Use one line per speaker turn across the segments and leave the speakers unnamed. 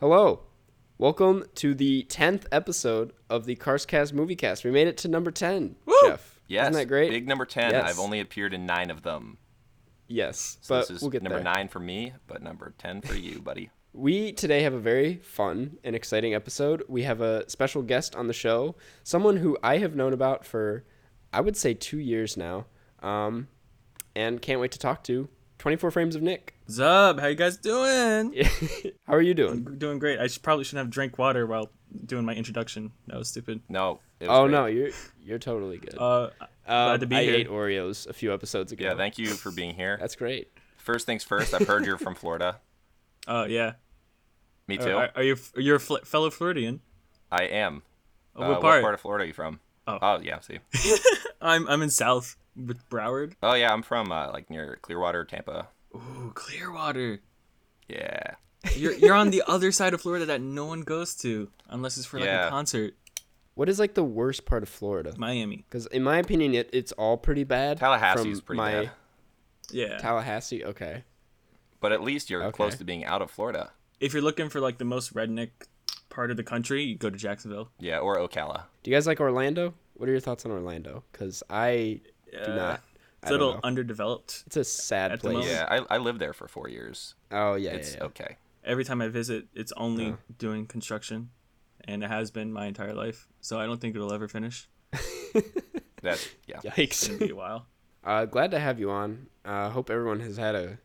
Hello. Welcome to the 10th episode of the Carscast Moviecast. We made it to number 10, Jeff.
Yes.
Isn't that great?
Big number 10.
Yes.
I've only appeared in nine of them.
yes.
So
but
this is
we'll get
number
there.
nine for me, but number 10 for you, buddy.
We today have a very fun and exciting episode. We have a special guest on the show, someone who I have known about for, I would say, two years now, um, and can't wait to talk to 24 Frames of Nick.
What's up? How you guys doing?
How are you doing?
Doing great. I should, probably shouldn't have drank water while doing my introduction. That was stupid.
No. It was
Oh
great.
no, you're you're totally good.
Uh, glad to be
Um, I
here.
ate Oreos a few episodes ago.
Yeah, thank you for being here.
That's great.
First things first, I've heard you're from Florida.
uh, yeah.
Me too.
Are, are, are you are you a fl- fellow Floridian?
I am.
Oh,
Uh,
what
What
part?
part of Florida are you from?
Oh.
yeah, see.
I'm I'm in South with Broward.
Oh, yeah, I'm from uh, like near Clearwater, Tampa.
Ooh, Clearwater.
Yeah.
You're you're on the other side of Florida that no one goes to unless it's for like
Yeah.
a concert.
What is like the worst part of Florida?
Miami.
Because in my opinion, it, it's all pretty bad.
Tallahassee
from
is pretty
my-
bad.
Yeah.
Tallahassee, okay.
But at least you're
Okay.
close to being out of Florida.
if you're looking for like the most redneck part of the country, you go to Jacksonville.
Yeah, or Ocala.
Do you guys like Orlando? What are your thoughts on Orlando? Because I do
Uh,
not.
It's
I
a
don't
little
know.
underdeveloped.
It's a sad
at the
place.
moment.
Yeah, I, I lived there for four years.
Oh yeah, Oh.
It's
yeah, yeah.
okay.
every time I visit, it's only doing construction, and it has been my entire life. So I don't think it'll ever finish.
That's, yeah.
It'll
Yikes.
be a while.
uh, glad to have you on. uh, hope everyone has had a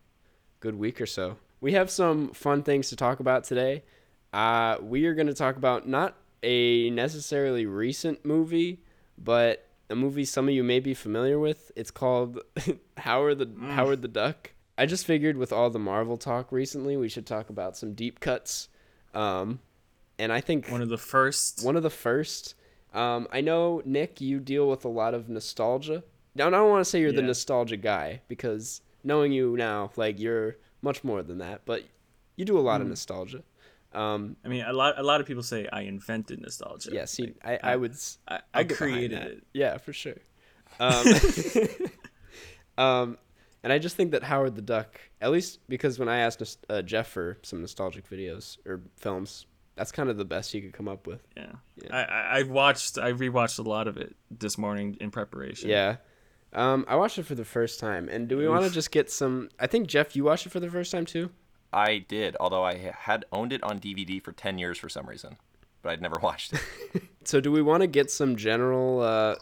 good week or so. We have some fun things to talk about today. Uh, we are going to talk about not a necessarily recent movie, but a movie some of you may be familiar with. It's called Howard the
Mm.
Howard the Duck. I just figured with all the Marvel talk recently, we should talk about some deep cuts. Um, and I think
One of the first.
one of the first. Um, I know Nick, you deal with a lot of nostalgia. Now, I don't want to say you're the
Yeah.
nostalgia guy because knowing you now, like you're much more than that. But you do a
Mm-hmm.
lot of nostalgia. Um,
I mean, a lot. A lot of people say I invented nostalgia.
yeah, see, I, I would. s-
I,
I'll
I
get behind
created
that.
it.
Yeah, for sure. Um, um, and I just think that Howard the Duck, at least because when I asked nos- uh, Jeff for some nostalgic videos or films, that's kind of the best he could come up with.
Yeah. I, I I watched. I rewatched a lot of it this morning in preparation.
Yeah. Um, I watched it for the first time, and do we want to just get some? I think Jeff, you watched it for the first time too.
I did, although I had owned it on DVD for 10 years for some reason, but I'd never watched it.
So, do we want to get some general? Uh,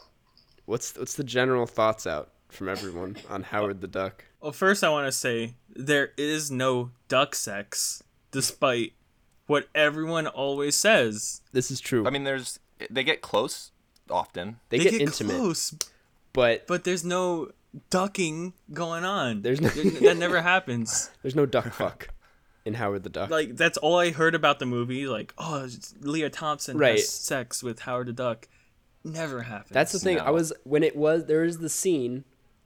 what's what's the general thoughts out from everyone on Howard the Duck?
Well, first I want to say there is no duck sex, despite what everyone always says.
This is true.
I mean, there's they get close often.
they, get, intimate,
close,
but
but there's no ducking going on.
There's no-
There- that never happens.
there's no duck fuck in Howard the Duck.
Like that's all I heard about the movie. Like oh, it's- Leah Thompson
Right.
has sex with Howard the Duck. Never happens.
That's the thing. I
No.
was when it was there is the scene.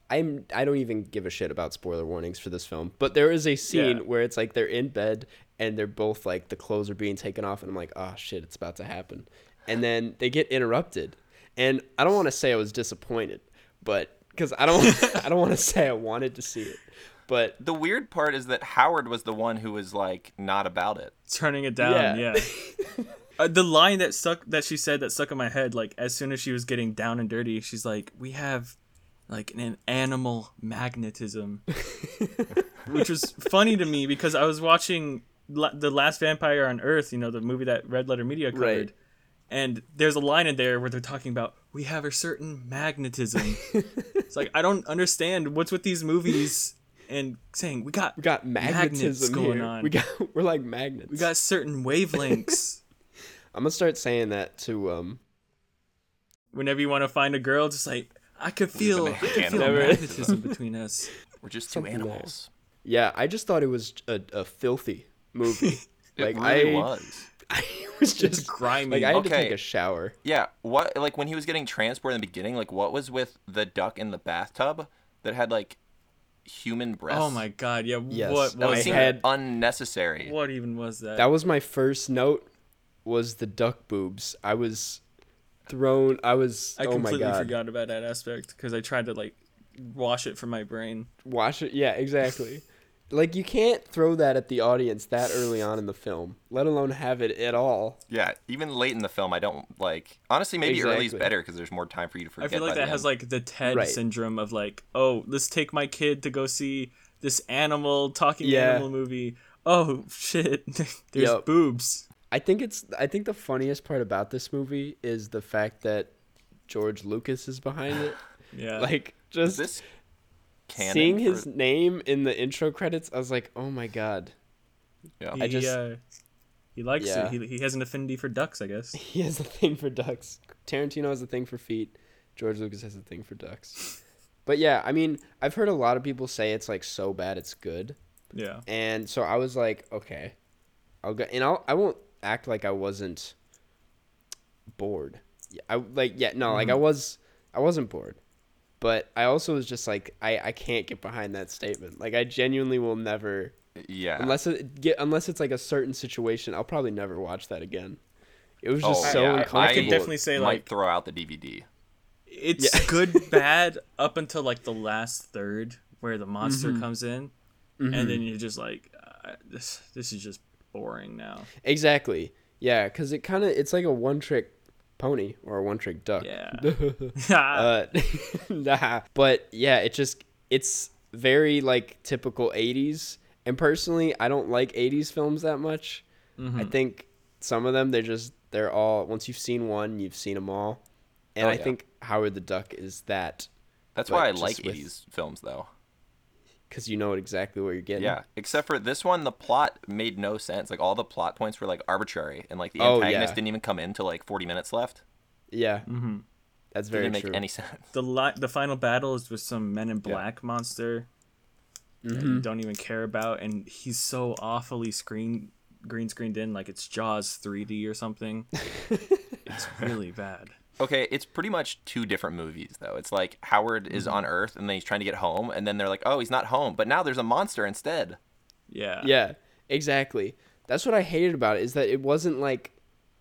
I'm I don't even give a shit about spoiler warnings for this film, but there is a scene
Yeah.
where it's like they're in bed and they're both like the clothes are being taken off, and I'm like, oh shit, it's about to happen, and then they get interrupted, and I don't want to say I was disappointed, but because I don't I don't want to say I wanted to see it, but
The weird part is that Howard was the one who was like not about it.
turning it down.
Yeah.
Yeah. Uh, the line that stuck that she said that stuck in my head. Like as soon as she was getting down and dirty, she's like, "We have." Like an animal magnetism, which was funny to me because I was watching La- the Last Vampire on Earth, you know, the movie that Red Letter Media covered,
Right.
and there's a line in there where they're talking about we have a certain magnetism. it's like I don't understand what's with these movies and saying we got
we got magnetism
going
here.
on.
We got we're like magnets.
we got certain wavelengths.
I'm gonna start saying that to um
Whenever you want to find a girl, just like I could feel, I
Just an
could feel
animal.
magnetism between us.
We're just
Something
two
there.
animals.
yeah. I just thought it was a, a filthy movie.
It really
I,
was.
I was just
grimy. Oh,
Like I had to
Okay.
take a shower.
Yeah, what like when he was getting transported in the beginning, like what was with the duck in the bathtub that had like human breasts?
Oh my god, yeah.
Yes,
What
that
I
was
seemed
had-
unnecessary.
What even was that?
That was my first note. Was the duck boobs? I was thrown. I was.
I
oh my
completely
god!
forgot about that aspect because I tried to like wash it from my brain.
Wash it. Yeah, exactly. Like you can't throw that at the audience that early on in the film, let alone have it at all.
Yeah, even late in the film, I don't like. Honestly, maybe early is
Exactly.
better because there's more time for you to
I
forget.
feel like
by
that
the
has
end.
like the Ted
Right.
syndrome of like, oh, let's take my kid to go see this animal talking
Yeah.
animal movie. Oh shit, there's
Yep.
boobs.
I think it's I think the funniest part about this movie is the fact that George Lucas is behind it.
Yeah,
Like
is
just
Uh, this canon
seeing
for-
his name in the intro credits, I was like, "Oh my god."
yeah.
he,
I just-
uh, he likes
Yeah.
it. He, he has an affinity for ducks, I guess.
He has a thing for ducks. Tarantino has a thing for feet. George Lucas has a thing for ducks. But yeah, I mean, I've heard a lot of people say it's like so bad it's good.
Yeah,
And so I was like, okay, I'll go, and I'll I won't act like I wasn't bored. Yeah, I like yeah no like I
Mm-hmm.
was I wasn't bored, but I also was just like I I can't get behind that statement. Like I genuinely will never
yeah.
unless it get unless it's like a certain situation. I'll probably never watch that again. It was
Oh,
just so
yeah, I-
uncomfortable.
I
could definitely say,
might
like-
throw out the DVD.
it's
Yeah.
good bad up until like the last third where the monster
Mm-hmm.
comes in, and then you're just like, uh, this this is just boring now.
Exactly. Yeah, because it kind of it's like a one trick pony or a one trick duck.
Yeah.
Uh, nah. But yeah, it just it's very like typical '80s. And personally, I don't like '80s films that much. I think some of them they're just they're all once you've seen one, you've seen them all. And
Oh,
I
yeah.
think Howard the Duck is that
That's
But
why I
just
like
with-
80s films though.
because you know exactly what you're getting.
Yeah, except for this one, the plot made no sense. Like all the plot points were like arbitrary, and like the
Oh,
antagonist
yeah.
didn't even come in till like 40 minutes left.
Yeah. That's very
didn't make
true.
any sense.
the li- the final battle is with some men in
Yeah.
black monster that
Mm-hmm.
you don't even care about and he's so awfully screen green screened in like it's jaws 3d or something it's really bad
Okay, it's pretty much two different movies though. It's like Howard is
Mm-hmm.
on Earth, and then he's trying to get home, and then they're like, "Oh, he's not home," but now there's a monster instead.
yeah
Yeah, exactly. That's what I hated about it is that it wasn't like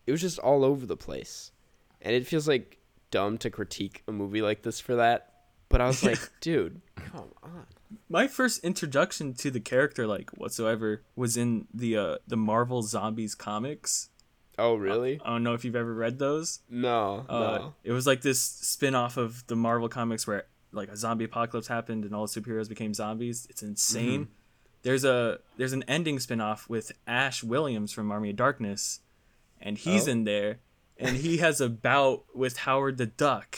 it was just all over the place. And it feels like dumb to critique a movie like this for that. But I was like, dude, come on.
my first introduction to the character like whatsoever was in the uh the marvel zombies comics
Oh, really?
i don't know if you've ever read those
No.
Uh,
no.
It was like this spin-off of the Marvel comics where like a zombie apocalypse happened and all the superheroes became zombies. It's insane.
Mm-hmm.
There's a there's an ending spin-off with Ash Williams from Army of Darkness and he's
Oh.
in there and he has a bout with Howard the Duck.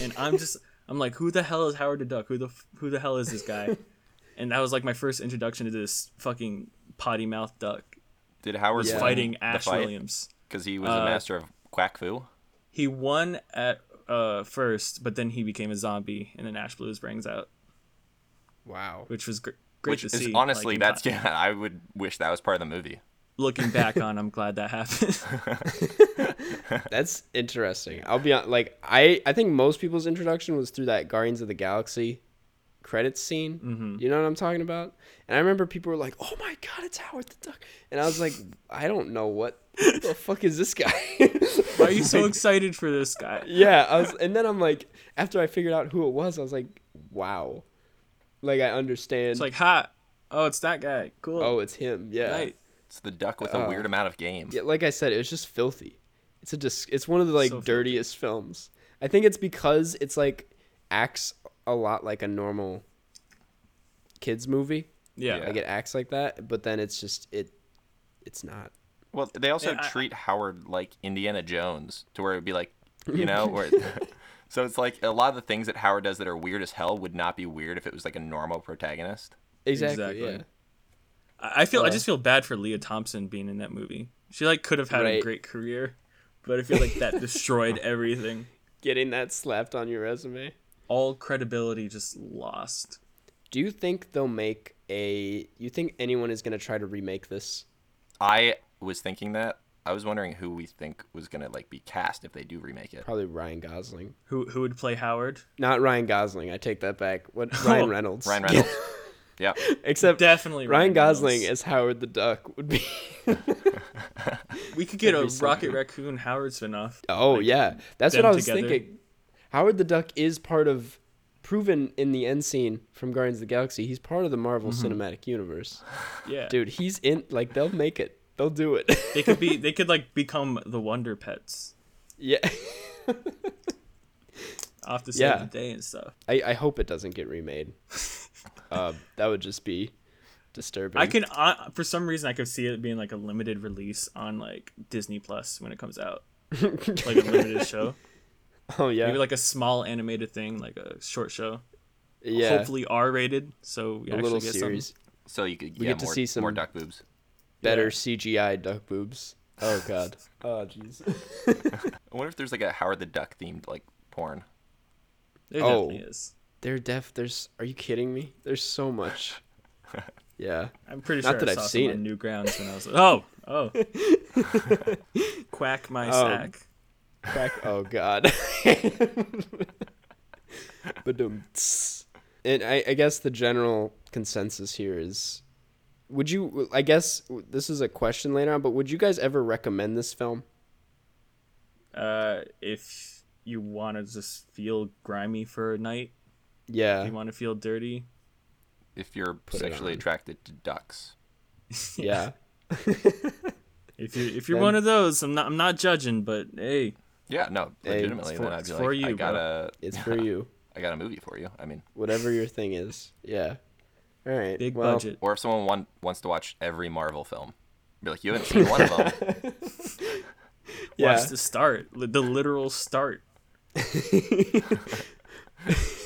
And I'm just I'm like who the hell is Howard the Duck? Who the f- who the hell is this guy? and that was like my first introduction to this fucking potty mouth duck
Did Howard
Yeah.
win
fighting
the
Ash
fight?
Williams.
because he was a
Uh,
master of quack foo.
he won at uh first, but then he became a zombie, and then Ash Blue brings out,
wow.
which was gr- great
Which
to
is
see.
honestly,
Like,
that's
not-
yeah. I would wish that was part of the movie.
looking back on. I'm glad that happened.
That's interesting. I'll be on like I I think most people's introduction was through that Guardians of the Galaxy credits scene. Mm-hmm. You know what I'm talking about? And I remember people were like, "Oh my god, it's Howard the Duck." And I was like, "I don't know what, what the fuck is this guy?"
Why are you so excited for this guy?
yeah, I was, and then I'm like, after I figured out who it was, I was like, wow, like I understand.
It's like, ha, oh, it's that guy. Cool.
oh, it's him. Yeah,
right.
It's the duck with a weird
Uh,
amount of game.
yeah. Like I said, it was just filthy. It's a dis- It's one of the like
So filthy.
dirtiest films. I think it's because it's like acts a lot like a normal kids movie.
Yeah.
Yeah.
Like it acts like that, but then it's just it. It's not.
Well, they also
Yeah, I-
treat Howard like Indiana Jones, to where it would be like, you know, where. so it's like a lot of the things that Howard does that are weird as hell would not be weird if it was like a normal protagonist.
Exactly.
Exactly.
Yeah.
I I feel.
Uh,
I just feel bad for Leah Thompson being in that movie. She like could have had a
Right.
great career, but I feel like that destroyed everything.
Getting that slapped on your resume.
All credibility just lost.
Do you think they'll make a? You think anyone is gonna try to remake this?
I was thinking that. I was wondering who we think was gonna like be cast if they do remake it.
Probably Ryan Gosling.
Who who would play Howard?
Not Ryan Gosling. I take that back. What Ryan Reynolds?
Ryan Reynolds. yeah.
Except
Definitely
Ryan
Ryan
Gosling
Reynolds.
as Howard the Duck would be.
We could get a
That'd be so
Rocket Raccoon Howard spinoff.
oh yeah, that's what
them
I was
together.
thinking. Howard the Duck is part of proven in the end scene from Guardians of the Galaxy, he's part of the Marvel
Mm-hmm.
Cinematic Universe.
Yeah,
Dude, he's in. Like they'll make it. They'll do it.
they could be they could like become the Wonder Pets
yeah.
off the
Yeah.
same day and stuff.
I, I hope it doesn't get remade. uh, that would just be disturbing.
I can uh, for some reason I could see it being like a limited release on like Disney Plus when it comes out, like a limited show,
Oh yeah.
maybe like a small animated thing, like a short show.
yeah.
hopefully R rated, so we
a
actually
little
get
series.
some
So you could
We
yeah,
get to
more,
see some-
more duck boobs.
Better
Yeah.
CGI duck boobs. Oh god. oh jeez.
I wonder if there's like a Howard the Duck themed like porn.
There
Oh.
definitely is.
They're deaf. There's. Are you kidding me? There's so much. Yeah.
I'm pretty
Not
sure
that
I
I've
saw
seen
some on Newgrounds when I was oh oh quack
Um,
my sack.
Crack. Oh god. Badum. tss. And I, I guess the general consensus here is, would you? I guess this is a question later on, but would you guys ever recommend this film?
Uh, if you want to just feel grimy for a night,
Yeah.
you want to feel dirty.
If you're
it
sexually
on.
attracted to ducks,
yeah.
If you if you're
Then-
one of those, I'm not I'm not judging, but hey,
yeah, no,
Hey,
legitimately,
it's for-
then I'd
it's
be
for
like, I
you,
got a,
It's for you.
I got a movie for you. I mean,
Whatever your thing is. Yeah. All right.
big
well,
budget.
or if someone want, wants to watch every Marvel film, be like, you haven't seen one of them.
Yeah.
Watch the start, li- the literal start.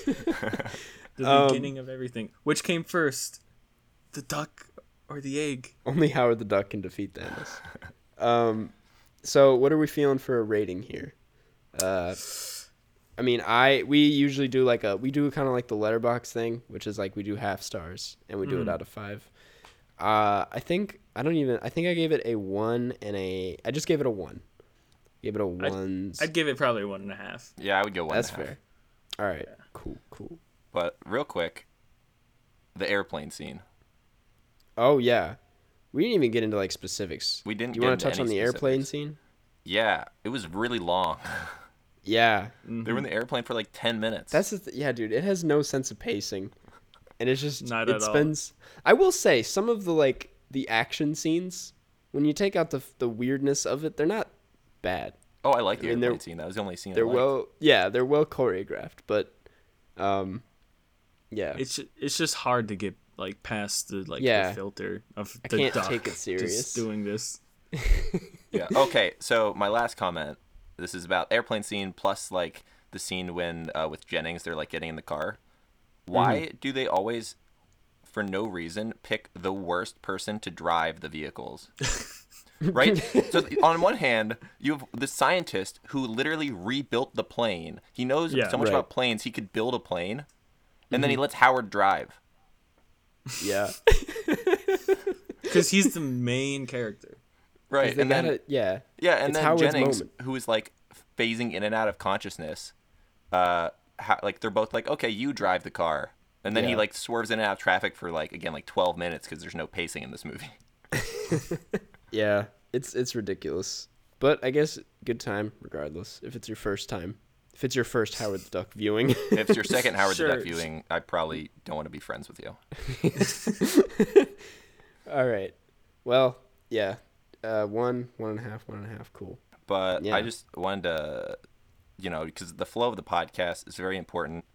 the
Um,
beginning of everything. Which came first, the duck or the egg?
Only Howard the Duck can defeat Thanos. um, so what are we feeling for a rating here? Uh, I mean, I we usually do like a we do kind of like the letterbox thing, which is like we do half stars and we do it out of five. Uh, I think I don't even. I think I gave it a one and a. I just gave it a one. Gave it a one.
I'd give it probably one and a half.
yeah, I would go one.
That's
and a half.
fair. All right. Cool. Cool.
But real quick, the airplane scene.
Oh yeah, we didn't even get into like specifics.
We didn't
You
get
wanna
into
touch
any
on the airplane scene?
Yeah, it was really long.
Yeah,
they were in the airplane for like ten minutes.
Mm-hmm. that's the th- yeah, dude. It has no sense of pacing, and it's just
Not
it
at all.
spends. I will say some of the like the action scenes, when you take out the f- the weirdness of it, they're not bad.
oh, I like the
I mean, they're-
airplane scene. That was the only scene. I
They're
liked.
well, yeah, they're well choreographed, but, um, yeah,
It's ju- it's just hard to get like past the like
Yeah.
the filter of the
can't
duck
take it serious.
just doing this.
yeah. Okay. So my last comment. This is about airplane scene plus like the scene when uh, with Jennings they're like getting in the car. Why do they always, for no reason, pick the worst person to drive the vehicles? right. So on one hand, you have the scientist who literally rebuilt the plane. He knows
Yeah.
so much
Right.
about planes. He could build a plane, and then he lets Howard drive.
yeah.
Because he's the main character.
Right.
They
And then
gotta- yeah,
Yeah, and
It's
then
Howard's
Jennings,
moment.
who is like phasing in and out of consciousness, uh, how, like they're both like, okay, you drive the car, and then he
Yeah.
like swerves in and out of traffic for like again like twelve minutes because there's no pacing in this movie.
yeah. It's it's ridiculous, but I guess good time regardless. If it's your first time, if it's your first Howard the Duck viewing.
If it's your second Howard the
Sure.
Duck viewing, I probably don't want to be friends with you.
All right. Well, yeah. Uh, one, one and a half, one and a half. Cool.
But
Yeah.
I just wanted to, you know, because the flow of the podcast is very important.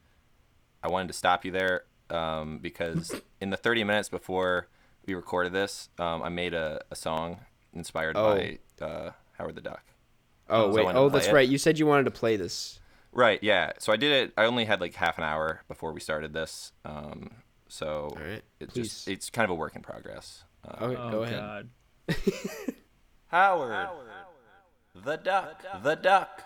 I wanted to stop you there um, because in the 30 minutes before we recorded this, um, I made a, a song inspired
Oh.
by uh, Howard the Duck.
Oh
So I
wait.
wanted to
Oh,
play
that's
it.
right. You said you wanted to play this.
Right, yeah. So I did it. I only had like half an hour before we started this. Um,
All
so
right,
it
please.
just it's kind of a work in progress. Uh,
Okay,
Oh
go ahead.
God.
Howard, the duck, the duck.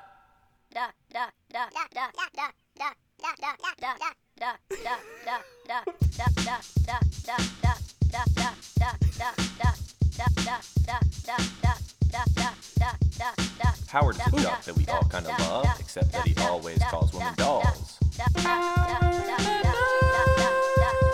duck, duck, duck, duck, duck, duck, duck, duck, duck, duck, duck, duck, duck, duck, duck, duck, duck, duck, duck, duck, duck, duck, duck, duck, duck, duck, duck, duck, duck, duck, duck, duck, duck, duck, duck.
Howard's the duck that we all kind of love, except that he always calls women dolls.
Duck, duck, duck, duck, duck, duck, duck, duck,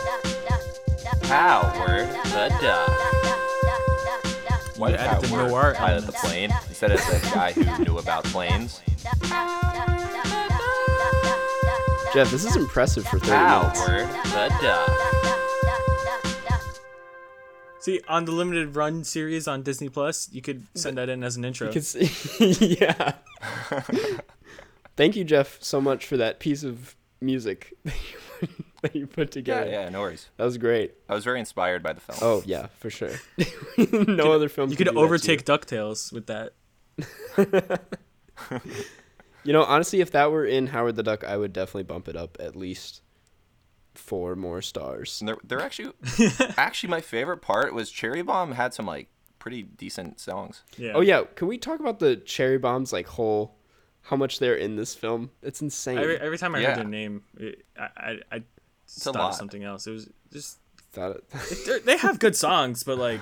duck, duck, duck, duck,
Howard the duck.
duck, duck, duck, duck, duck,
Why did
added the
Howard
noir
pilot the
elements.
plane instead of the guy who knew about planes?
duck, duck, duck, duck, duck, duck, duck, duck, duck,
Jeff, this is impressive for 30
Power
minutes.
the duck.
See, on the limited run series on Disney Plus, you could send that in as an intro.
It's- yeah. Thank you, Jeff, so much for that piece of music that you, that you put
Yeah,
together.
yeah, no worries.
That was great.
I was very inspired by the film.
Oh yeah, for sure. no other film.
you
could do
could
that to
overtake DuckTales with that.
You know, honestly, if that were in Howard the Duck, I would definitely bump it up at least four more stars.
And they're, they're actually actually my favorite part was Cherry Bomb had some like pretty decent songs.
Yeah.
Oh yeah, can we talk about the cherry bombs? Like whole, how much they're in this film? It's insane.
Every, every time I
Yeah.
heard their name, it, I I, I
a
thought
lot.
of something else. It was just
Thought it-
they're- they have good songs, but like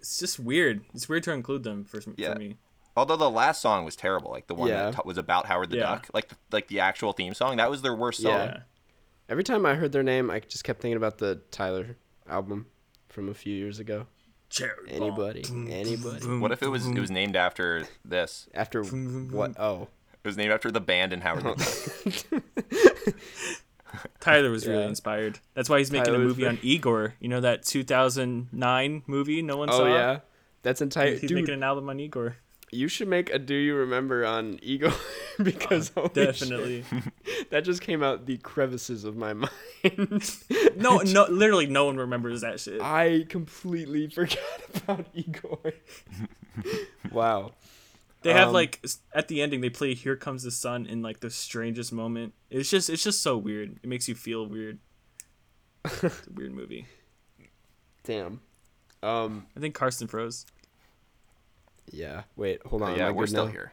it's just weird. It's weird to include them for, for
Yeah.
me.
Although the last song was terrible, like the one
Yeah.
that t- was about Howard the
Yeah.
Duck, like the, like the actual theme song, that was their worst song.
Yeah. Every time I heard their name, I just kept thinking about the Tyler album from a few years ago.
Cherry
Anybody, anybody.
What if it was it was named after this?
After what? Oh,
It was named after the band in Howard the Duck.
Tyler was really
Yeah.
inspired. That's why he's making
Tyler
a
was
movie
very-
on Igor. You know that 2009 movie no one
oh
saw.
yeah, that's entire.
He's
Dude,
making an album on Igor.
you should make a Do You Remember on Ego because holy shit,
Oh, Definitely.
that just came out the crevices of my mind.
no, no. Literally, no one remembers that shit.
I completely forgot about Igor. wow.
They have
Um,
like s- at the ending they play "Here Comes the Sun" in like the strangest moment. It's just it's just so weird. It makes you feel weird. it's a weird movie.
Damn. Um.
I think Karsten froze.
Yeah. Wait. Hold on.
yeah,
am I
we're
good
still
now?
here.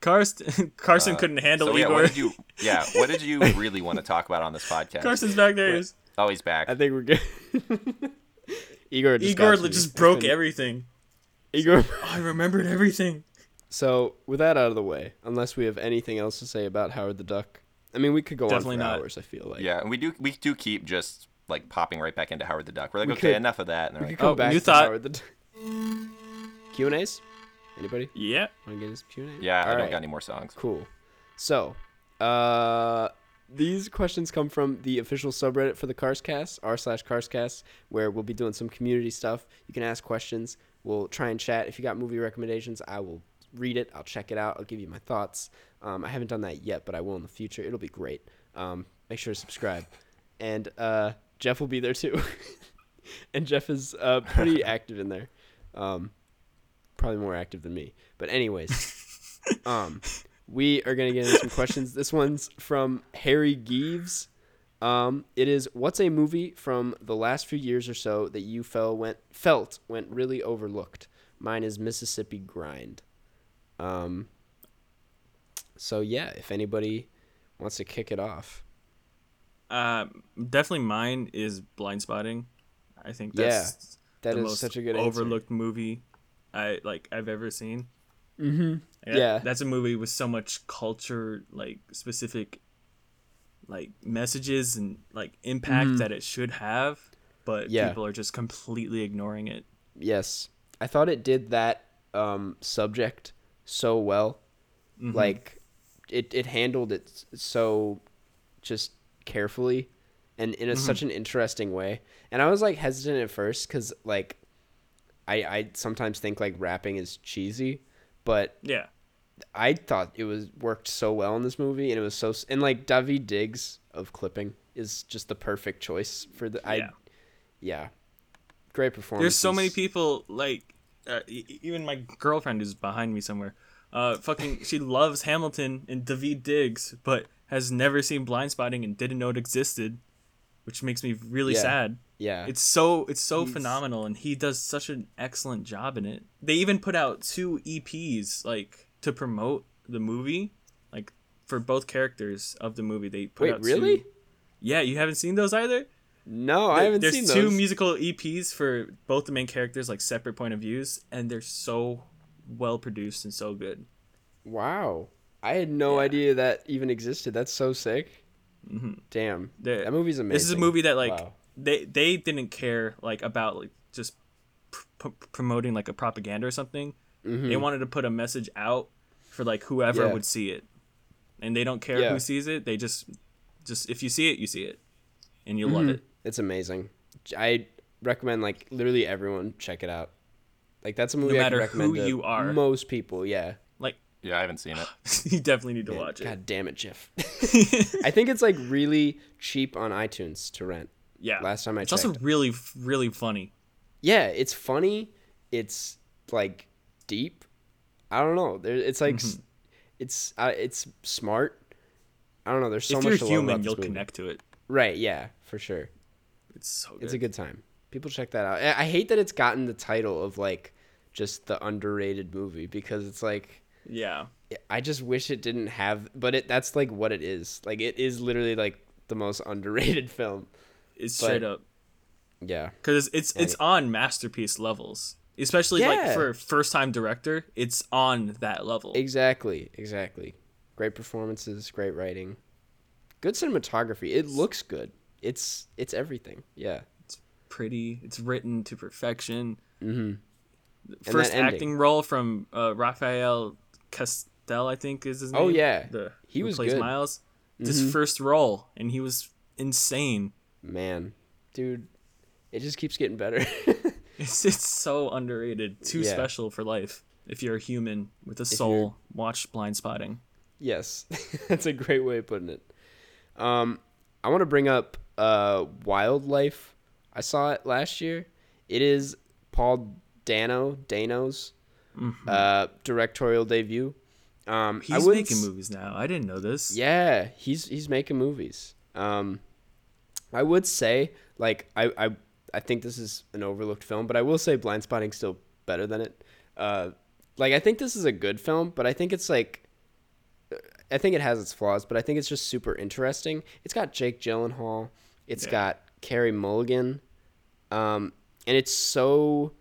Karsten Karsten couldn't handle
Uh, So yeah,
Igor.
what did you? Yeah, what did you really want to talk about on this podcast?
Karsten's back there. He's-
oh, he's back.
I think we're good. Igor. Just
Igor
got me.
just broke
Couldn't-
everything.
Igor.
I remembered everything.
So with that out of the way, unless we have anything else to say about Howard the Duck, I mean, we could go
Definitely
on for
not.
hours. I feel like.
yeah, and we do we do keep just like popping right back into Howard the Duck. We're like,
We
okay,
could-
enough of that. And
We
they're
could come
like,
Oh,
back
new
to
thought.
Howard the Duck. Q and A's. Anybody
Yeah.
want to get his Q and A?
yeah, I don't got any more songs.
Cool. So, uh, these questions come from the official subreddit for the Carscast, r slash Carscast, where we'll be doing some community stuff. You can ask questions. We'll try and chat. If you got movie recommendations, I will read it. I'll check it out. I'll give you my thoughts. Um, I haven't done that yet, but I will in the future. It'll be great. Um, make sure to subscribe. And uh, Jeff will be there too. and Jeff is uh, pretty active in there. Um, probably more active than me. But anyways, um, we are gonna get into some questions. This one's from Harry Gives. Um, it is what's a movie from the last few years or so that you fell went felt went really overlooked. Mine is Mississippi Grind. Um, so yeah, if anybody wants to kick it off,
Uh, definitely mine is blind spotting. I think that's
that
the
is
most
such a good answer.
overlooked movie I like I've ever seen. Mm-hmm.
Yeah.
that's a movie with so much culture, like specific, like messages and like impact that it should have, but
Yeah.
people are just completely ignoring it.
Yes. I thought it did that um, subject so well.
Mm-hmm.
Like it, it handled it s- so just carefully and
Mm-hmm.
in a, such an interesting way. And I was like hesitant at first cuz like I I sometimes think like rapping is cheesy, but
Yeah,
I thought it was worked so well in this movie and it was so s- and like David Diggs of clipping is just the perfect choice for the I
Yeah.
yeah. Great performance.
there's so many people like uh, e- e- even my girlfriend who's behind me somewhere. Uh, fucking, she loves Hamilton and David Diggs, but has never seen Blind Spotting and didn't know it existed, which makes me really
Yeah.
sad.
Yeah.
It's so it's so phenomenal, and he does such an excellent job in it. They even put out two EPs like to promote the movie, like for both characters of the movie. They put
Wait,
out
really?
Two, yeah, you haven't seen those either.
No, I haven't
There's
seen
two
those.
musical EPs for both the main characters, like separate point of views, and they're so well produced and so good.
wow, I had no idea that even existed. That's so sick. Damn,
They're-
that movie's amazing.
Mm-hmm. This is a movie that like
Wow.
they they didn't care like about like just pr- pr- promoting like a propaganda or something. They wanted to put a message out for like whoever
Mm-hmm. Yeah.
would see it, and they don't care
Yeah.
who sees it. They just Just if you see it, you see it, and you'll
Mm-hmm.
love it.
It's amazing. I recommend like literally everyone check it out. Like that's a movie I
matter
can recommend
who
to
you are.
most people. Yeah.
Like
Yeah, I haven't seen it.
you definitely need to watch it.
God damn it, Jeff. I think it's like really cheap on iTunes to rent.
Yeah.
Last time I
it's also
checked.
really f- really funny.
Yeah, it's funny. It's like deep. I don't know. There, it's like
Mm-hmm.
s it's uh, it's smart. I don't know. There's so
if
much
you're
to love about
human,
this
you'll
movie.
connect to it.
Right? Yeah, for sure.
It's so good.
It's a good time. People check that out. I I hate that it's gotten the title of like just the underrated movie because it's like
yeah.
I just wish it didn't have. But it that's like what it is. Like it is literally like the most underrated film.
It's
But-
straight up
Yeah.
because it's it's on masterpiece levels, especially like
Yeah.
for first time director. It's on that level.
Exactly, exactly. Great performances, great writing, good cinematography. It looks good. It's it's everything. Yeah,
pretty. It's written to perfection. Mm-hmm.
that
First
ending.
acting role from uh, Rafael Castell, I think is his name.
Oh, yeah.
the,
He
who
was
plays
good. Mm-hmm.
Miles. His first role, and he was insane.
man, dude, it just keeps getting better.
It's it's so underrated. Too
Yeah.
special for life. If you're a human with a soul, watch Blind Spotting.
yes, that's a great way of putting it. Um, I want to bring up uh, Wildlife. I saw it last year. It is Paul Dano Dano's uh, directorial debut. Um, I
Mm-hmm. He's
wouldn't
making
s-
movies now. I didn't know this.
Yeah, he's he's making movies. Um, I would say like I I I think this is an overlooked film, but I will say Blind Spotting's still better than it. Uh, like I think this is a good film, but I think it's like. I think it has its flaws, but I think it's just super interesting. It's got Jake Gyllenhaal. it's
Yeah.
got Carrie Mulligan. Um, and it's so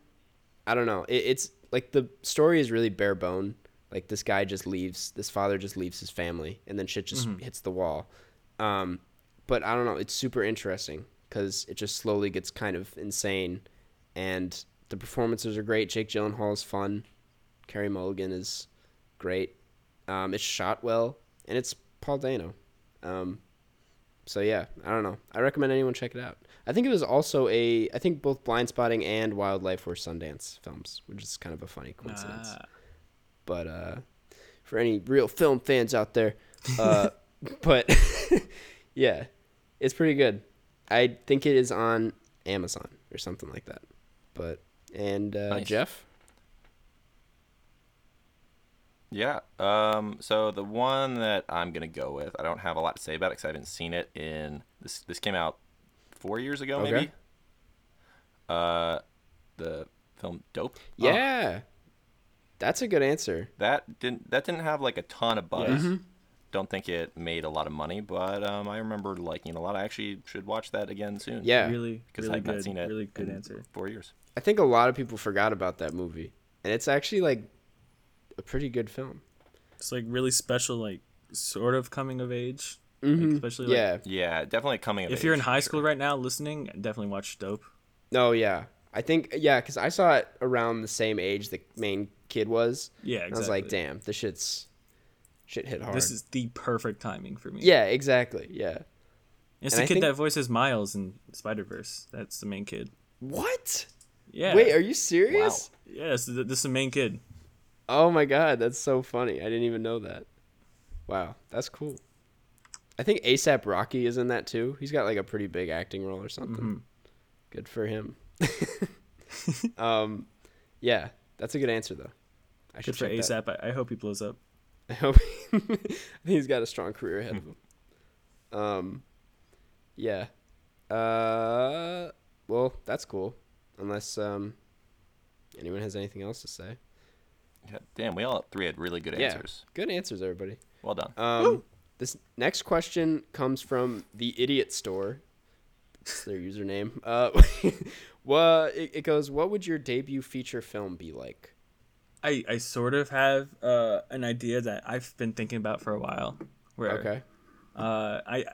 I don't know. It, it's like the story is really bare bone. Like this guy just leaves. This father just leaves his family, and then shit just hits the wall. Um, but I don't know. It's super interesting because it just slowly gets kind of insane, and the performances are great. Jake Gyllenhaal is fun. Carrie Mulligan is great. Um, it's shot well, and it's Paul Dano. Um, so yeah, I don't know. I recommend anyone check it out. I think it was also a. I think both Blind Spotting and Wildlife were Sundance films, which is kind of a funny coincidence.
Ah.
But uh, for any real film fans out there, uh, but yeah, it's pretty good. I think it is on Amazon or something like that. But and uh,
Nice.
Jeff,
Yeah. Um. So the one that I'm gonna go with, I don't have a lot to say about it because I haven't seen it in this. This came out four years ago,
Okay.
maybe. Uh, the film Dope. Oh,
yeah, that's a good answer.
that didn't that didn't have like a ton of buzz.
Mm-hmm.
Don't think it made a lot of money, but um, I remember liking it a lot. I actually should watch that again soon.
Yeah,
Really,
Because
really
I've
good.
not seen it.
Really good
in
answer.
Four years.
I think a lot of people forgot about that movie, and it's actually like a pretty good film.
It's like really special, like sort of coming of age. Like, especially like,
Mm-hmm. yeah.
Yeah, definitely coming. Of
If you're in
age,
high
for
school right now listening, definitely watch Dope.
Oh yeah. I think yeah, because I saw it around the same age the main kid was.
Yeah,
And I was like,
exactly.
damn, this shit's shit hit hard.
This is the perfect timing for me.
yeah, exactly. Yeah.
It's
and
the
I
kid
think-
that voices Miles in Spider Verse. That's the main kid.
What?
Yeah.
Wait, are you serious?
Yeah, this is, the, this is the main kid.
Oh my god, that's so funny. I didn't even know that. Wow, that's cool. I think ASAP Rocky is in that too. He's got like a pretty big acting role or something.
Mm-hmm.
Good for him. um, yeah, that's a good answer though. I should
Good for
check that
ASAP. I, I hope he blows up.
I hope I think he's got a strong career ahead of him. Um, yeah. Uh, well, that's cool. Unless um, anyone has anything else to say.
sure. Yeah, damn, we all three had really good
Yeah,
answers.
good answers, everybody.
Well done.
Um, this next question comes from the Idiot Store. It's their username. Uh, well, it, it goes. What would your debut feature film be like?
I, I sort of have uh, an idea that I've been thinking about for a while. Where
Okay.
uh, I,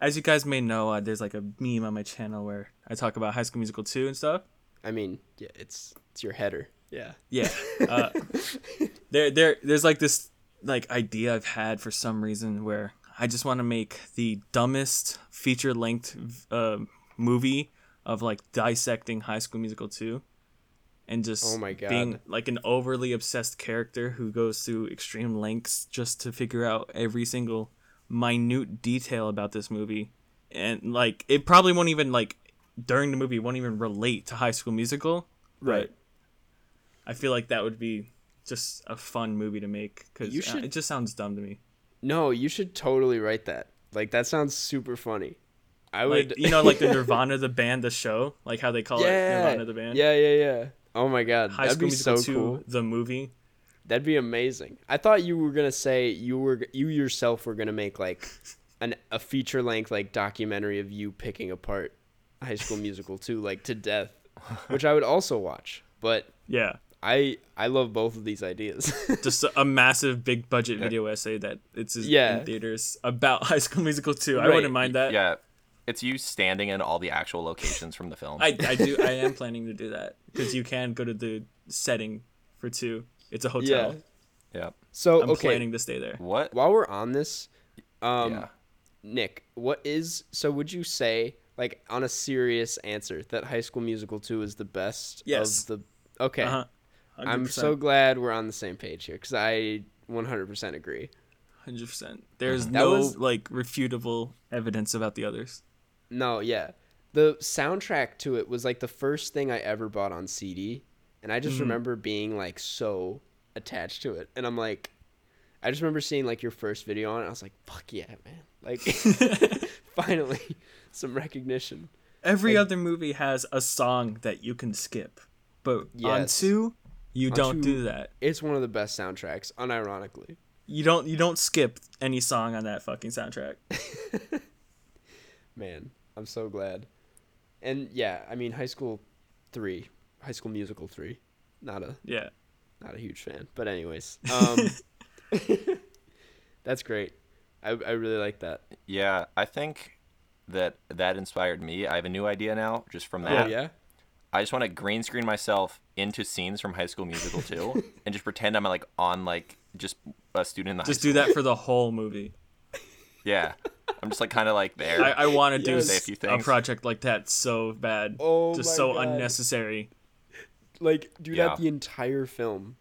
as you guys may know, uh, there's like a meme on my channel where I talk about High School Musical two and stuff.
I mean, yeah, it's it's your header. Yeah.
Yeah. Uh, there, there, there's like this like idea I've had for some reason where I just want to make the dumbest feature length uh, movie of like dissecting High School Musical 2 and just
Oh my God.
being like an overly obsessed character who goes through extreme lengths just to figure out every single minute detail about this movie. And like it probably won't even like during the movie won't even relate to High School Musical.
Right.
I feel like that would be just a fun movie to make because
You should-
it just sounds dumb to me.
No, you should totally write that. Like that sounds super funny. I
Like
would
you know, like the Nirvana the band, the show, like how they call it
yeah,
Nirvana the band.
yeah, yeah, yeah. Oh my god,
High
that'd
School
be
Musical
so
Two,
cool.
the movie.
That'd be amazing. I thought you were gonna say you were you yourself were gonna make like an a feature length like documentary of you picking apart High School Musical two like to death, which I would also watch. But
Yeah,
I I love both of these ideas.
just a, a massive big budget video essay that it's is
Yeah.
in theaters about High School Musical Two. I
Right.
wouldn't mind that.
Yeah, it's you standing in all the actual locations from the film.
I, I do. I am planning to do that because you can go to the setting for two. It's a hotel.
yeah.
yeah.
So
I'm
okay,
planning to stay there.
What?
while we're on this, um,
yeah.
Nick, what is so? Would you say, like, on a serious answer, that High School Musical two is the best
Yes.
of the? Okay,
Uh-huh.
I'm so glad we're on the same page here because I 100% agree.
hundred percent. There's
Uh-huh. That
no
was-
like refutable evidence about the others.
No, yeah, the soundtrack to it was like the first thing I ever bought on CD, and I just remember being like so attached to it, and I'm like, I just remember seeing like your first video on it. I was like, fuck yeah, man! Like, finally, some recognition.
Every other movie has a song that you can skip, but on
Yes.
two, you don't
two-
do that.
It's one of the best soundtracks, unironically.
You don't. You don't skip any song on that fucking soundtrack.
Man, I'm so glad. And yeah, I mean, High School Three, High School Musical Three, not a
Yeah.
not a huge fan, but anyways, um, that's great. I I really like that.
Yeah, I think that that inspired me. I have a new idea now, just from that.
Oh yeah,
I just want to green screen myself into scenes from High School Musical 2 and just pretend I'm like on like just a student in the
Just
high
do that for the whole movie.
school. Yeah. I'm just like kind of like there.
I, I want to do
Yes.
Say a few
s- a
things.
project like that so bad.
Oh
just
my
so
God.
unnecessary.
like do
Yeah.
that the entire film,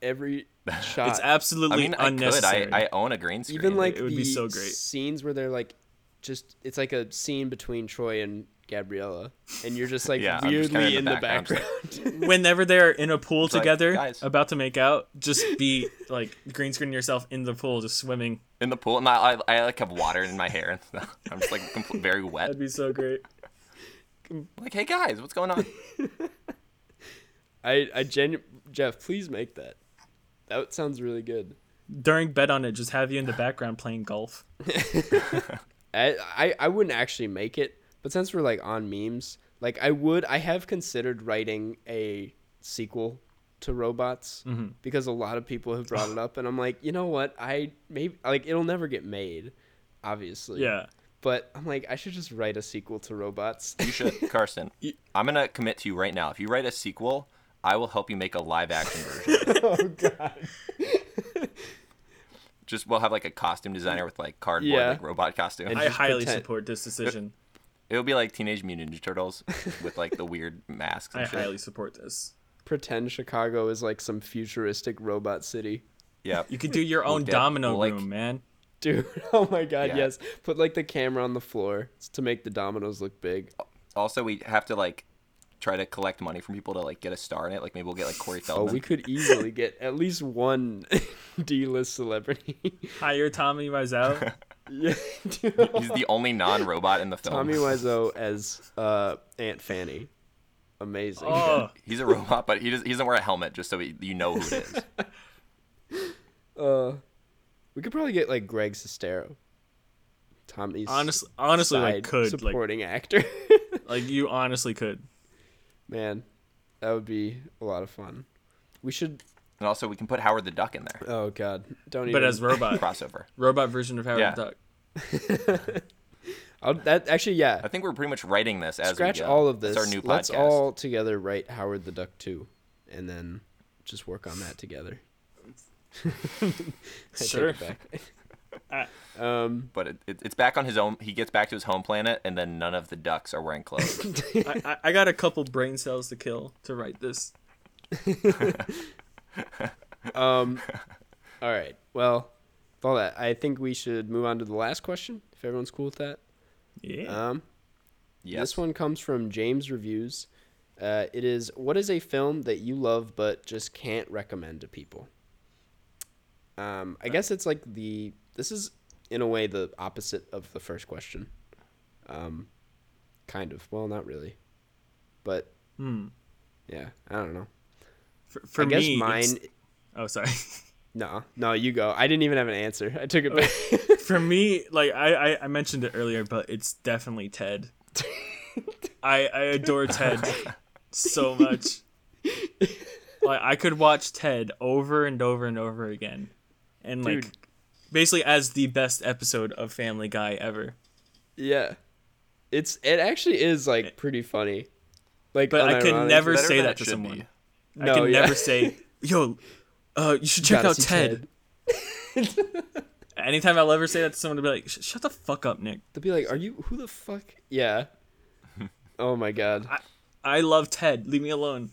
every shot.
It's absolutely
Uh, I mean, I could.
unnecessary.
I, I own a green screen.
even like
It would
the
be so great.
scenes where they're like, just it's like a scene between Troy and Gabriella, and you're just like
Yeah, I'm just kinda
weirdly
in
in
the
the
background,
background.
Whenever they're in a pool
like,
together,
guys.
about to make out, just be like green screen yourself in the pool, just swimming.
in the pool, and I, I, I like have water in my hair, and stuff. I'm just like compl- very wet.
That'd be so great.
Like, hey guys, what's going on?
I I genu- Jeff, please make that. That sounds really good.
during bet on it just have you in the background playing golf
I, I I wouldn't actually make it, but since we're like on memes, like I would I have considered writing a sequel to Robots because a lot of people have brought it up, and I'm like, you know what? I maybe like it'll never get made, obviously.
yeah
But I'm like, I should just write a sequel to Robots.
You should, Carson. I'm gonna commit to you right now. If you write a sequel, I will help you make a live action version.
oh God.
Just we'll have like a costume designer with like cardboard
Yeah.
like robot costume.
And
i
just
highly
pretend-
support this decision
It'll be like Teenage Mutant Ninja Turtles with like the weird masks. And
i
shit.
highly support this
Pretend Chicago is like some futuristic robot city.
Yeah.
you could do your own
def-
domino
like-
room man
Dude, oh my god,
Yeah.
yes. Put like the camera on the floor to make the dominoes look big.
Also, we have to like try to collect money from people to like get a star in it. Like maybe we'll get like Corey
Oh,
Feldman.
we could easily get at least one D list celebrity.
hire tommy wiseau
yeah, dude.
He's the only non-robot in the film.
Tommy Wiseau as uh, Aunt Fanny. Amazing.
oh
He's a robot, but he, does, he doesn't wear a helmet, just so he, you know who it is.
We could probably get like Greg Sestero. Tommy's
honestly honestly like
side
could like
supporting actor.
like you honestly could
Man, that would be a lot of fun. We should.
And also, we can put Howard the Duck in there.
Oh God, don't even.
but as robot
Crossover.
robot version of howard
Yeah.
the duck
I'll, that actually, yeah.
I think we're pretty much writing this as
Scratch
we go.
all of this.
It's our new podcast.
Let's all together write Howard the Duck two, and then just work on that together. I take it
Sure.
back. Um,
But it, it, it's back on his own. He gets back to his home planet, and then none of the ducks are wearing clothes.
I, I, I got a couple brain cells to kill to write this.
um, all right. Well, with all that, I think we should move on to the last question. If everyone's cool with that.
Yeah.
Um,
Yes.
This one comes from James Reviews. Uh, it is what is a film that you love but just can't recommend to people. Um, I guess it's like the this is in a way the opposite of the first question. Um, kind of. Well, not really, but yeah, I don't know.
For, Hmm. for
I guess
me, it's-
mine.
Oh, sorry.
No, no, you go. I didn't even have an answer. I took it back.
for me, like I, I I mentioned it earlier, but it's definitely Ted. I I adore Ted so much. Like I could watch Ted over and over and over again, and like
Dude.
basically as the best episode of Family Guy ever.
yeah, it's it actually is like pretty funny. Like,
Eh. But I
unironically.
can never
Better
say
than
that
it
to
should
someone.
be.
I
No,
can
yeah.
never say, "Yo, uh, you should check
Gotta
out
see
Ted. Anytime I'll ever say that to someone, to be like, "Sh- "Shut the fuck up, Nick."
They'll be like, "Are you who the fuck?" Yeah. Oh my god.
I love Ted. Leave me alone.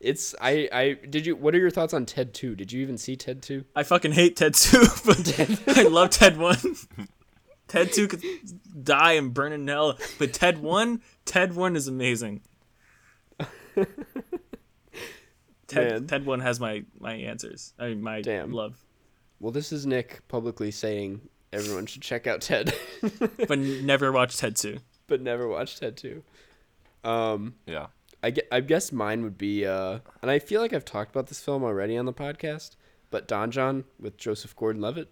It's I I did you what are your thoughts on Ted 2? Did you even see Ted 2?
I fucking hate Ted 2, but I love Ted 1. Ted 2 could die and burn in hell, but Ted 1, Ted 1 is amazing.
Man.
Ted, Ted 1 has my my answers. I mean, my
Damn.
love.
Well, this is Nick publicly saying everyone should check out Ted,
But never watch Ted 2.
but never watch Ted 2.
Yeah.
I, gue- I guess mine would be uh and I feel like I've talked about this film already on the podcast, but Don John with Joseph Gordon-Levitt.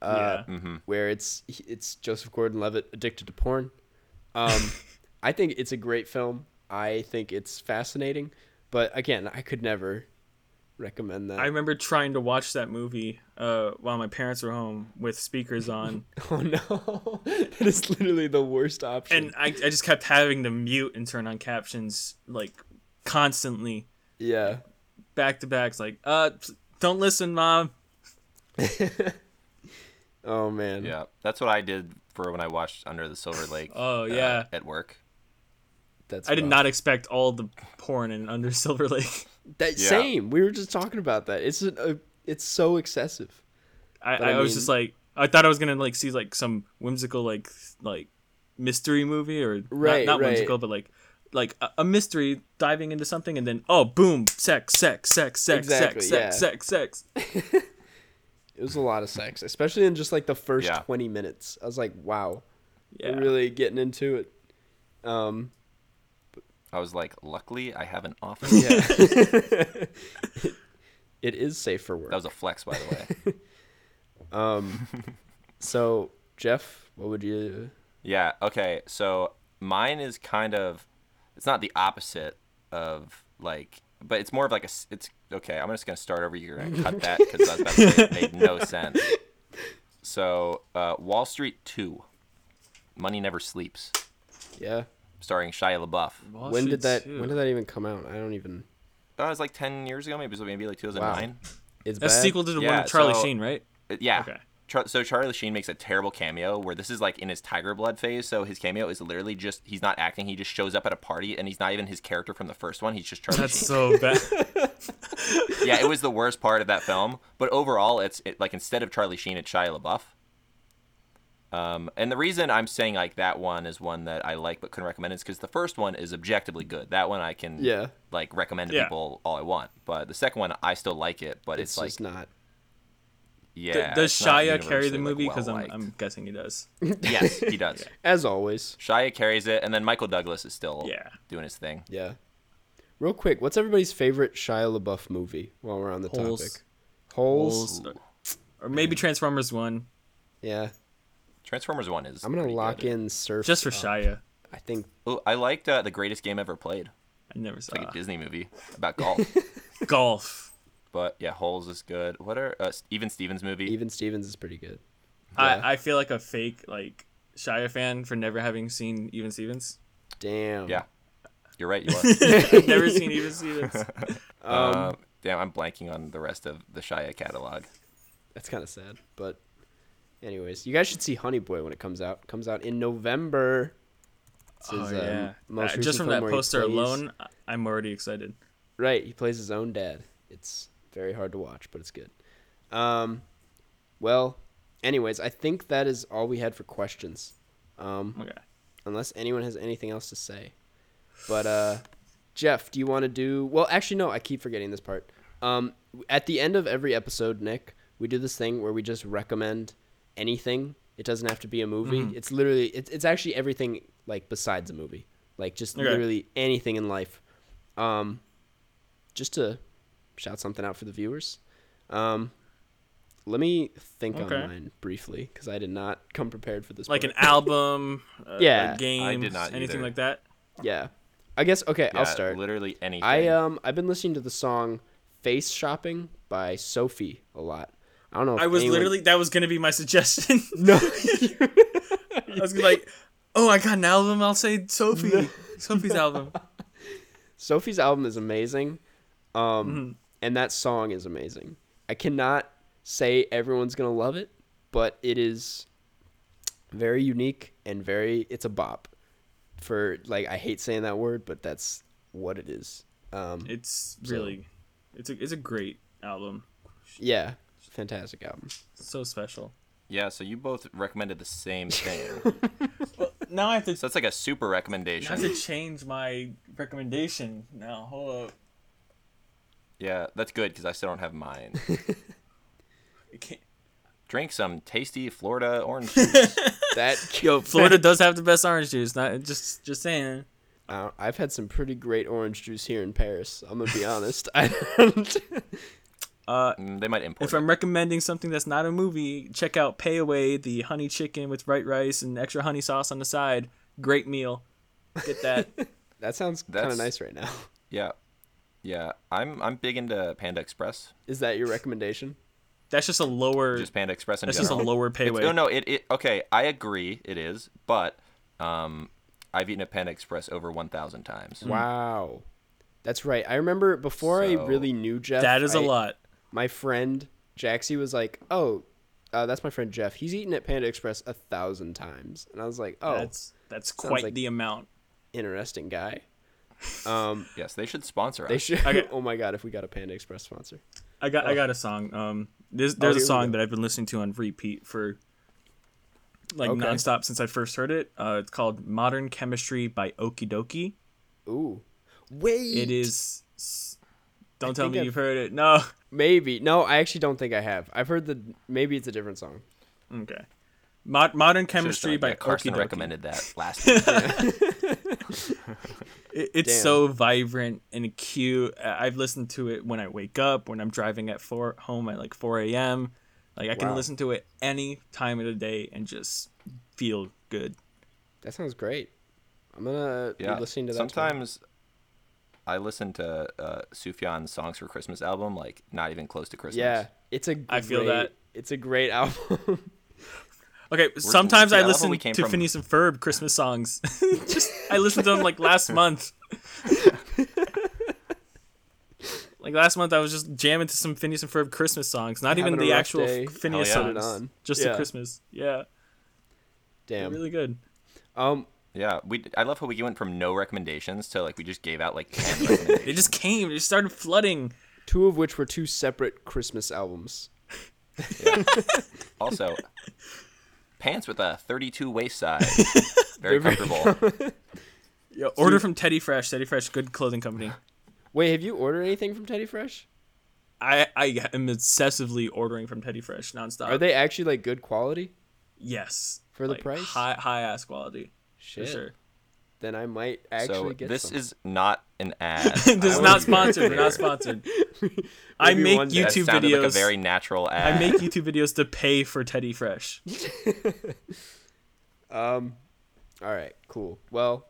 Uh,
yeah.
Mm-hmm.
where it's it's Joseph Gordon-Levitt addicted to porn. Um, I think it's a great film. I think it's fascinating, but again, I could never recommend that.
I remember trying to watch that movie uh, while my parents were home with speakers on,
oh no, that is literally the worst option.
and I, I just kept having to mute and turn on captions like constantly.
yeah,
back to backs like uh p- don't listen mom
oh man,
Yeah. That's what I did for when I watched Under the Silver Lake.
Oh,
uh,
yeah.
at work.
that's
i did
rough.
not expect all the porn in under silver lake
That
Yeah.
same. We were just talking about that. It's a, a it's so excessive.
i,
But I
I, was
mean-
just like i thought i was gonna like see like some whimsical like like mystery movie or
Right,
not, not
right.
whimsical but like like a, a mystery diving into something and then oh boom sex sex sex sex
Exactly,
sex
yeah.
sex sex sex
It was a lot of sex, especially in just like the first
Yeah.
twenty minutes. I was like, wow,
yeah
we're really getting into it. Um,
I was like, luckily I have an office.
Yeah. it is safe for work.
That was a flex, by the way.
so, Jeff, what would you?
Yeah. Okay. So mine is kind of, it's not the opposite of like, but it's more of like a. s- It's okay. I'm just gonna start over here and cut that because I was about to say it made no sense. So uh, Wall Street Two, Money Never Sleeps,
Yeah.
starring Shia LaBeouf.
Wall
when
Street
did that?
too.
When did that even come out? I don't even.
That was like ten years ago, maybe it was maybe like 2009.
It's
that's
bad.
sequel to the one
Yeah,
with charlie
so-
sheen right
Uh, Yeah.
Okay.
Char- so Charlie Sheen makes a terrible cameo where this is like in his Tiger Blood phase. So his cameo is literally just he's not acting. He just shows up at a party and he's not even his character from the first one. He's just Charlie
that's
Sheen.
so bad
yeah, it was the worst part of that film. But overall, it's it, like instead of Charlie Sheen, it's Shia LaBeouf. Um, and the reason I'm saying like that one is one that I like but couldn't recommend is because the first one is objectively good. That one I can
Yeah.
like recommend to
Yeah.
people all I want. But the second one I still like it, but
It's
it's, like
just not.
D-
yeah.
does
it's not
shia carry the
universally, like,
movie because
well-liked.
I'm, I'm guessing he does
yes he does.
As always.
Shia carries it, and then Michael Douglas is still
Yeah.
doing his thing.
Yeah. Real quick, what's everybody's favorite Shia LaBeouf movie? While we're on the
Holes.
topic. Holes.
Or- or maybe Transformers One,
Yeah.
Transformers One is.
I'm gonna lock in Surf.
just for Shia.
I think.
Oh, I liked uh, the greatest game ever played,
I never saw
like a Disney movie about golf.
golf.
but yeah, Holes is good. What are uh, even Stevens movie?
Even Stevens is pretty good. Yeah.
I, I feel like a fake like Shia fan for never having seen Even Stevens.
Damn.
Yeah, you're right. You are.
I've never seen Even Stevens.
um, damn, I'm blanking on the rest of the Shia catalog.
That's kind of sad, but anyways, you guys should see Honey Boy when it comes out. It comes out in November. It's
Oh
his, um,
yeah.
most
Uh,
recent
just from
film
that
where he
poster
plays-
alone, I- I'm already excited.
Right, he plays his own dad. It's very hard to watch, but it's good. Um, well, anyways, I think that is all we had for questions. Um,
Okay.
unless anyone has anything else to say. But uh, Jeff, do you want to do? Well, actually, no. I keep forgetting this part. Um, at the end of every episode, Nick, we do this thing where we just recommend anything. It doesn't have to be a movie.
Mm-hmm.
It's literally it's it's actually everything like besides a movie, like just
Okay.
literally anything in life. Um, just to shout something out for the viewers. Um, let me think
Okay.
on mine briefly because I did not come prepared for this.
Like
part.
an album, uh,
Yeah.
a game,
I did not
anything
either.
like that.
Yeah. I guess okay,
Yeah,
I'll start.
Literally anything.
I um I've been listening to the song Face Shopping by Sophie a lot. I don't know. If
I was
anyone-
literally that was gonna be my suggestion.
No.
I was like, oh, I got an album. I'll say Sophie, Sophie's album.
Sophie's album is amazing. Um
Mm-hmm.
and that song is amazing. I cannot say everyone's going to love it, but it is very unique and very it's a bop. For like I hate saying that word, but that's what it is. Um
It's really, it's a it's a great album.
yeah, fantastic album.
So special.
Yeah, so you both recommended the same thing.
Now I have to
so that's like a super
I have to
recommendation.
change my recommendation now. Hold up.
yeah, that's good because I still don't have mine.
I can't-
Drink some tasty Florida orange juice.
That
Yo, Florida does have the best orange juice. Not just just saying.
Uh, I've had some pretty great orange juice here in Paris. I'm gonna be honest. I don't.
Uh,
Mm, they might import
if
it.
I'm recommending something that's not a movie, check out Pay Away, the honey chicken with white rice and extra honey sauce on the side. Great meal. Get that.
That sounds kind
That's-
of nice right now.
Yeah, yeah. I'm I'm big into Panda Express.
Is that your recommendation?
that's just a lower.
Just Panda Express in
that's just a
general.
lower pay
It's-
wave.
oh,
No, no. It, it okay. I agree. It is, but um, I've eaten a Panda Express over 1,000 times.
Wow, that's right. I remember before I
So-
really knew Jeff.
that is a
I-
lot.
My friend Jaxie was like, "Oh, uh, that's my friend Jeff. He's eaten at Panda Express a thousand times," and I was like, "Oh,
that's that's quite
like-
the amount.
interesting guy." Um,
Yes, they should sponsor us.
they should.
Okay.
oh my god, if we got a Panda Express sponsor,
I got I got a song. Um, there's there's
Oh, here
a
we
song
go.
that I've been listening to on repeat for like
Okay.
nonstop since I first heard it. Uh, it's called "Modern Chemistry" by Okidoki.
ooh, wait,
It is. s- Don't tell
think
me
I've-
you've heard it. No.
maybe no. I actually don't think I have. I've heard the maybe it's a different song.
Okay. Mod- Modern
Should've
Chemistry
done it.
by
Yeah, Carson
Okidoki.
recommended that last. week.
It- it's
Damn.
so vibrant and cute. I- I've listened to it when I wake up, when I'm driving at four home at like 4 a.m. Like I can
Wow.
listen to it any time of the day and just feel good.
That sounds great. I'm gonna
yeah.
be listening to that. tomorrow.
Sometimes I listen to uh, Sufjan's "Songs for Christmas" album, like not even close to Christmas.
Yeah, it's a. Great,
I feel that.
it's a great album.
Okay, sometimes
see,
I
I love how
listen
we
to
came from-
Phineas and Ferb Christmas songs. just I listened to them like last month. like last month, I was just jamming to some Phineas and Ferb Christmas songs. Not even
Having a
the
rough
actual
day.
Phineas
Hell yeah.
Put
songs.
it on.
Just
Yeah.
the Christmas. Yeah,
Damn.
really good.
Um,
yeah. We I love how we went from no recommendations to like we just gave out like ten recommendations.
They just came. They just started flooding.
two of which were two separate Christmas albums.
Also, pants with a 32 waist side. Very
Very
comfortable.
Yeah, order from Teddy Fresh. Teddy Fresh, good clothing company.
Wait, have you ordered anything from Teddy Fresh?
I I am obsessively ordering from Teddy Fresh nonstop.
Are they actually like good quality?
Yes.
For the
Like,
price?
high high ass quality.
Shit.
For sure.
Then I might actually
so
get
this
some.
is not an ad.
this is
I
not
was-
sponsored. We're not sponsored. I
Maybe
make
one day.
That
YouTube
sounded
videos.
like a very natural ad.
I make YouTube videos to pay for Teddy Fresh.
All right, cool. Well,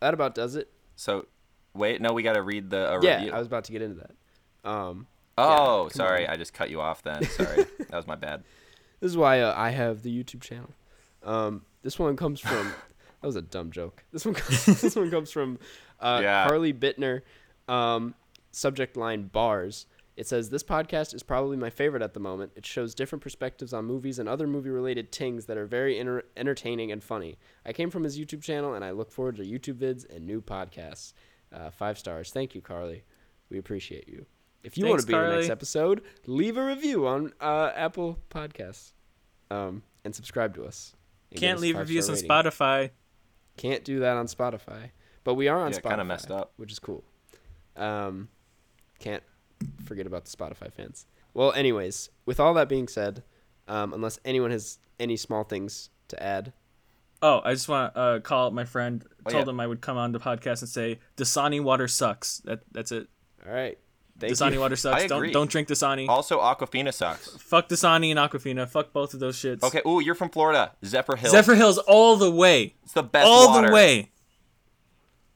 that about does it.
so, wait, no, we got to read the a
Yeah,
review.
I was about to get into that. Um,
oh, sorry, I just cut you off then. Sorry, that was my bad.
This is why uh, I have the YouTube channel. Um, this one comes from. that was a dumb joke. This one. Comes, this one comes from uh,
Yeah.
Carly Bittner. Um, subject line bars. It says this podcast is probably my favorite at the moment. It shows different perspectives on movies and other movie-related tings that are very enter entertaining and funny. I came from his YouTube channel, and I look forward to YouTube vids and new podcasts. Uh, five stars. Thank you, Carly. We appreciate you. If you want
Thanks,
to be in the next
Carly.
episode, leave a review on uh, Apple Podcasts um, and subscribe to us. and give
Can't
us a
leave
five-star
reviews on
rating.
Spotify.
Can't do that on Spotify, but we are on
Yeah,
Spotify.
kinda messed up.
which is cool. Um, can't forget about the Spotify fans. Well, anyways, with all that being said, um, unless anyone has any small things to add,
Oh, I just want to uh, call up my friend.
Oh,
told
yeah.
him I would come on the podcast and say Dasani water sucks. That that's it.
all right. Thank
Dasani
you.
water sucks.
I
Don't
agree.
don't drink Dasani.
Also, Aquafina sucks.
Fuck Dasani and Aquafina. Fuck both of those shits.
Okay. Ooh, you're from Florida. Zephyr Hills.
Zephyr Hills all the way.
It's the best
all
water.
the way.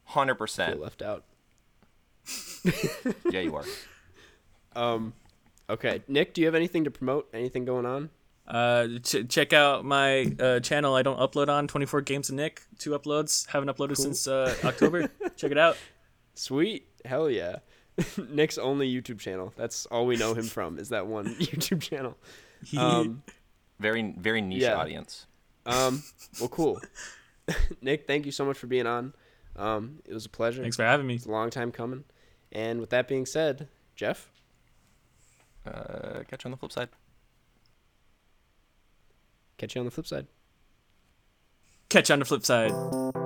Hundred
Feel
percent.
left out.
Yeah, you are.
Okay, Nick, do you have anything to promote? Anything going on?
Uh, ch- check out my uh, channel. I don't upload on 24 Games of Nick. Two uploads. Haven't uploaded since uh, October. check it out.
Sweet, hell yeah. Nick's only YouTube channel. That's all we know him from is that one YouTube channel. Um,
Very, very niche
Yeah.
audience.
um, well, cool. Nick, thank you so much for being on. Um, it was a pleasure.
Thanks for having me.
It's a long time coming. And with that being said, Jeff,
Uh, catch you on the flip side.
catch you on the flip side.
Catch you on the flip side.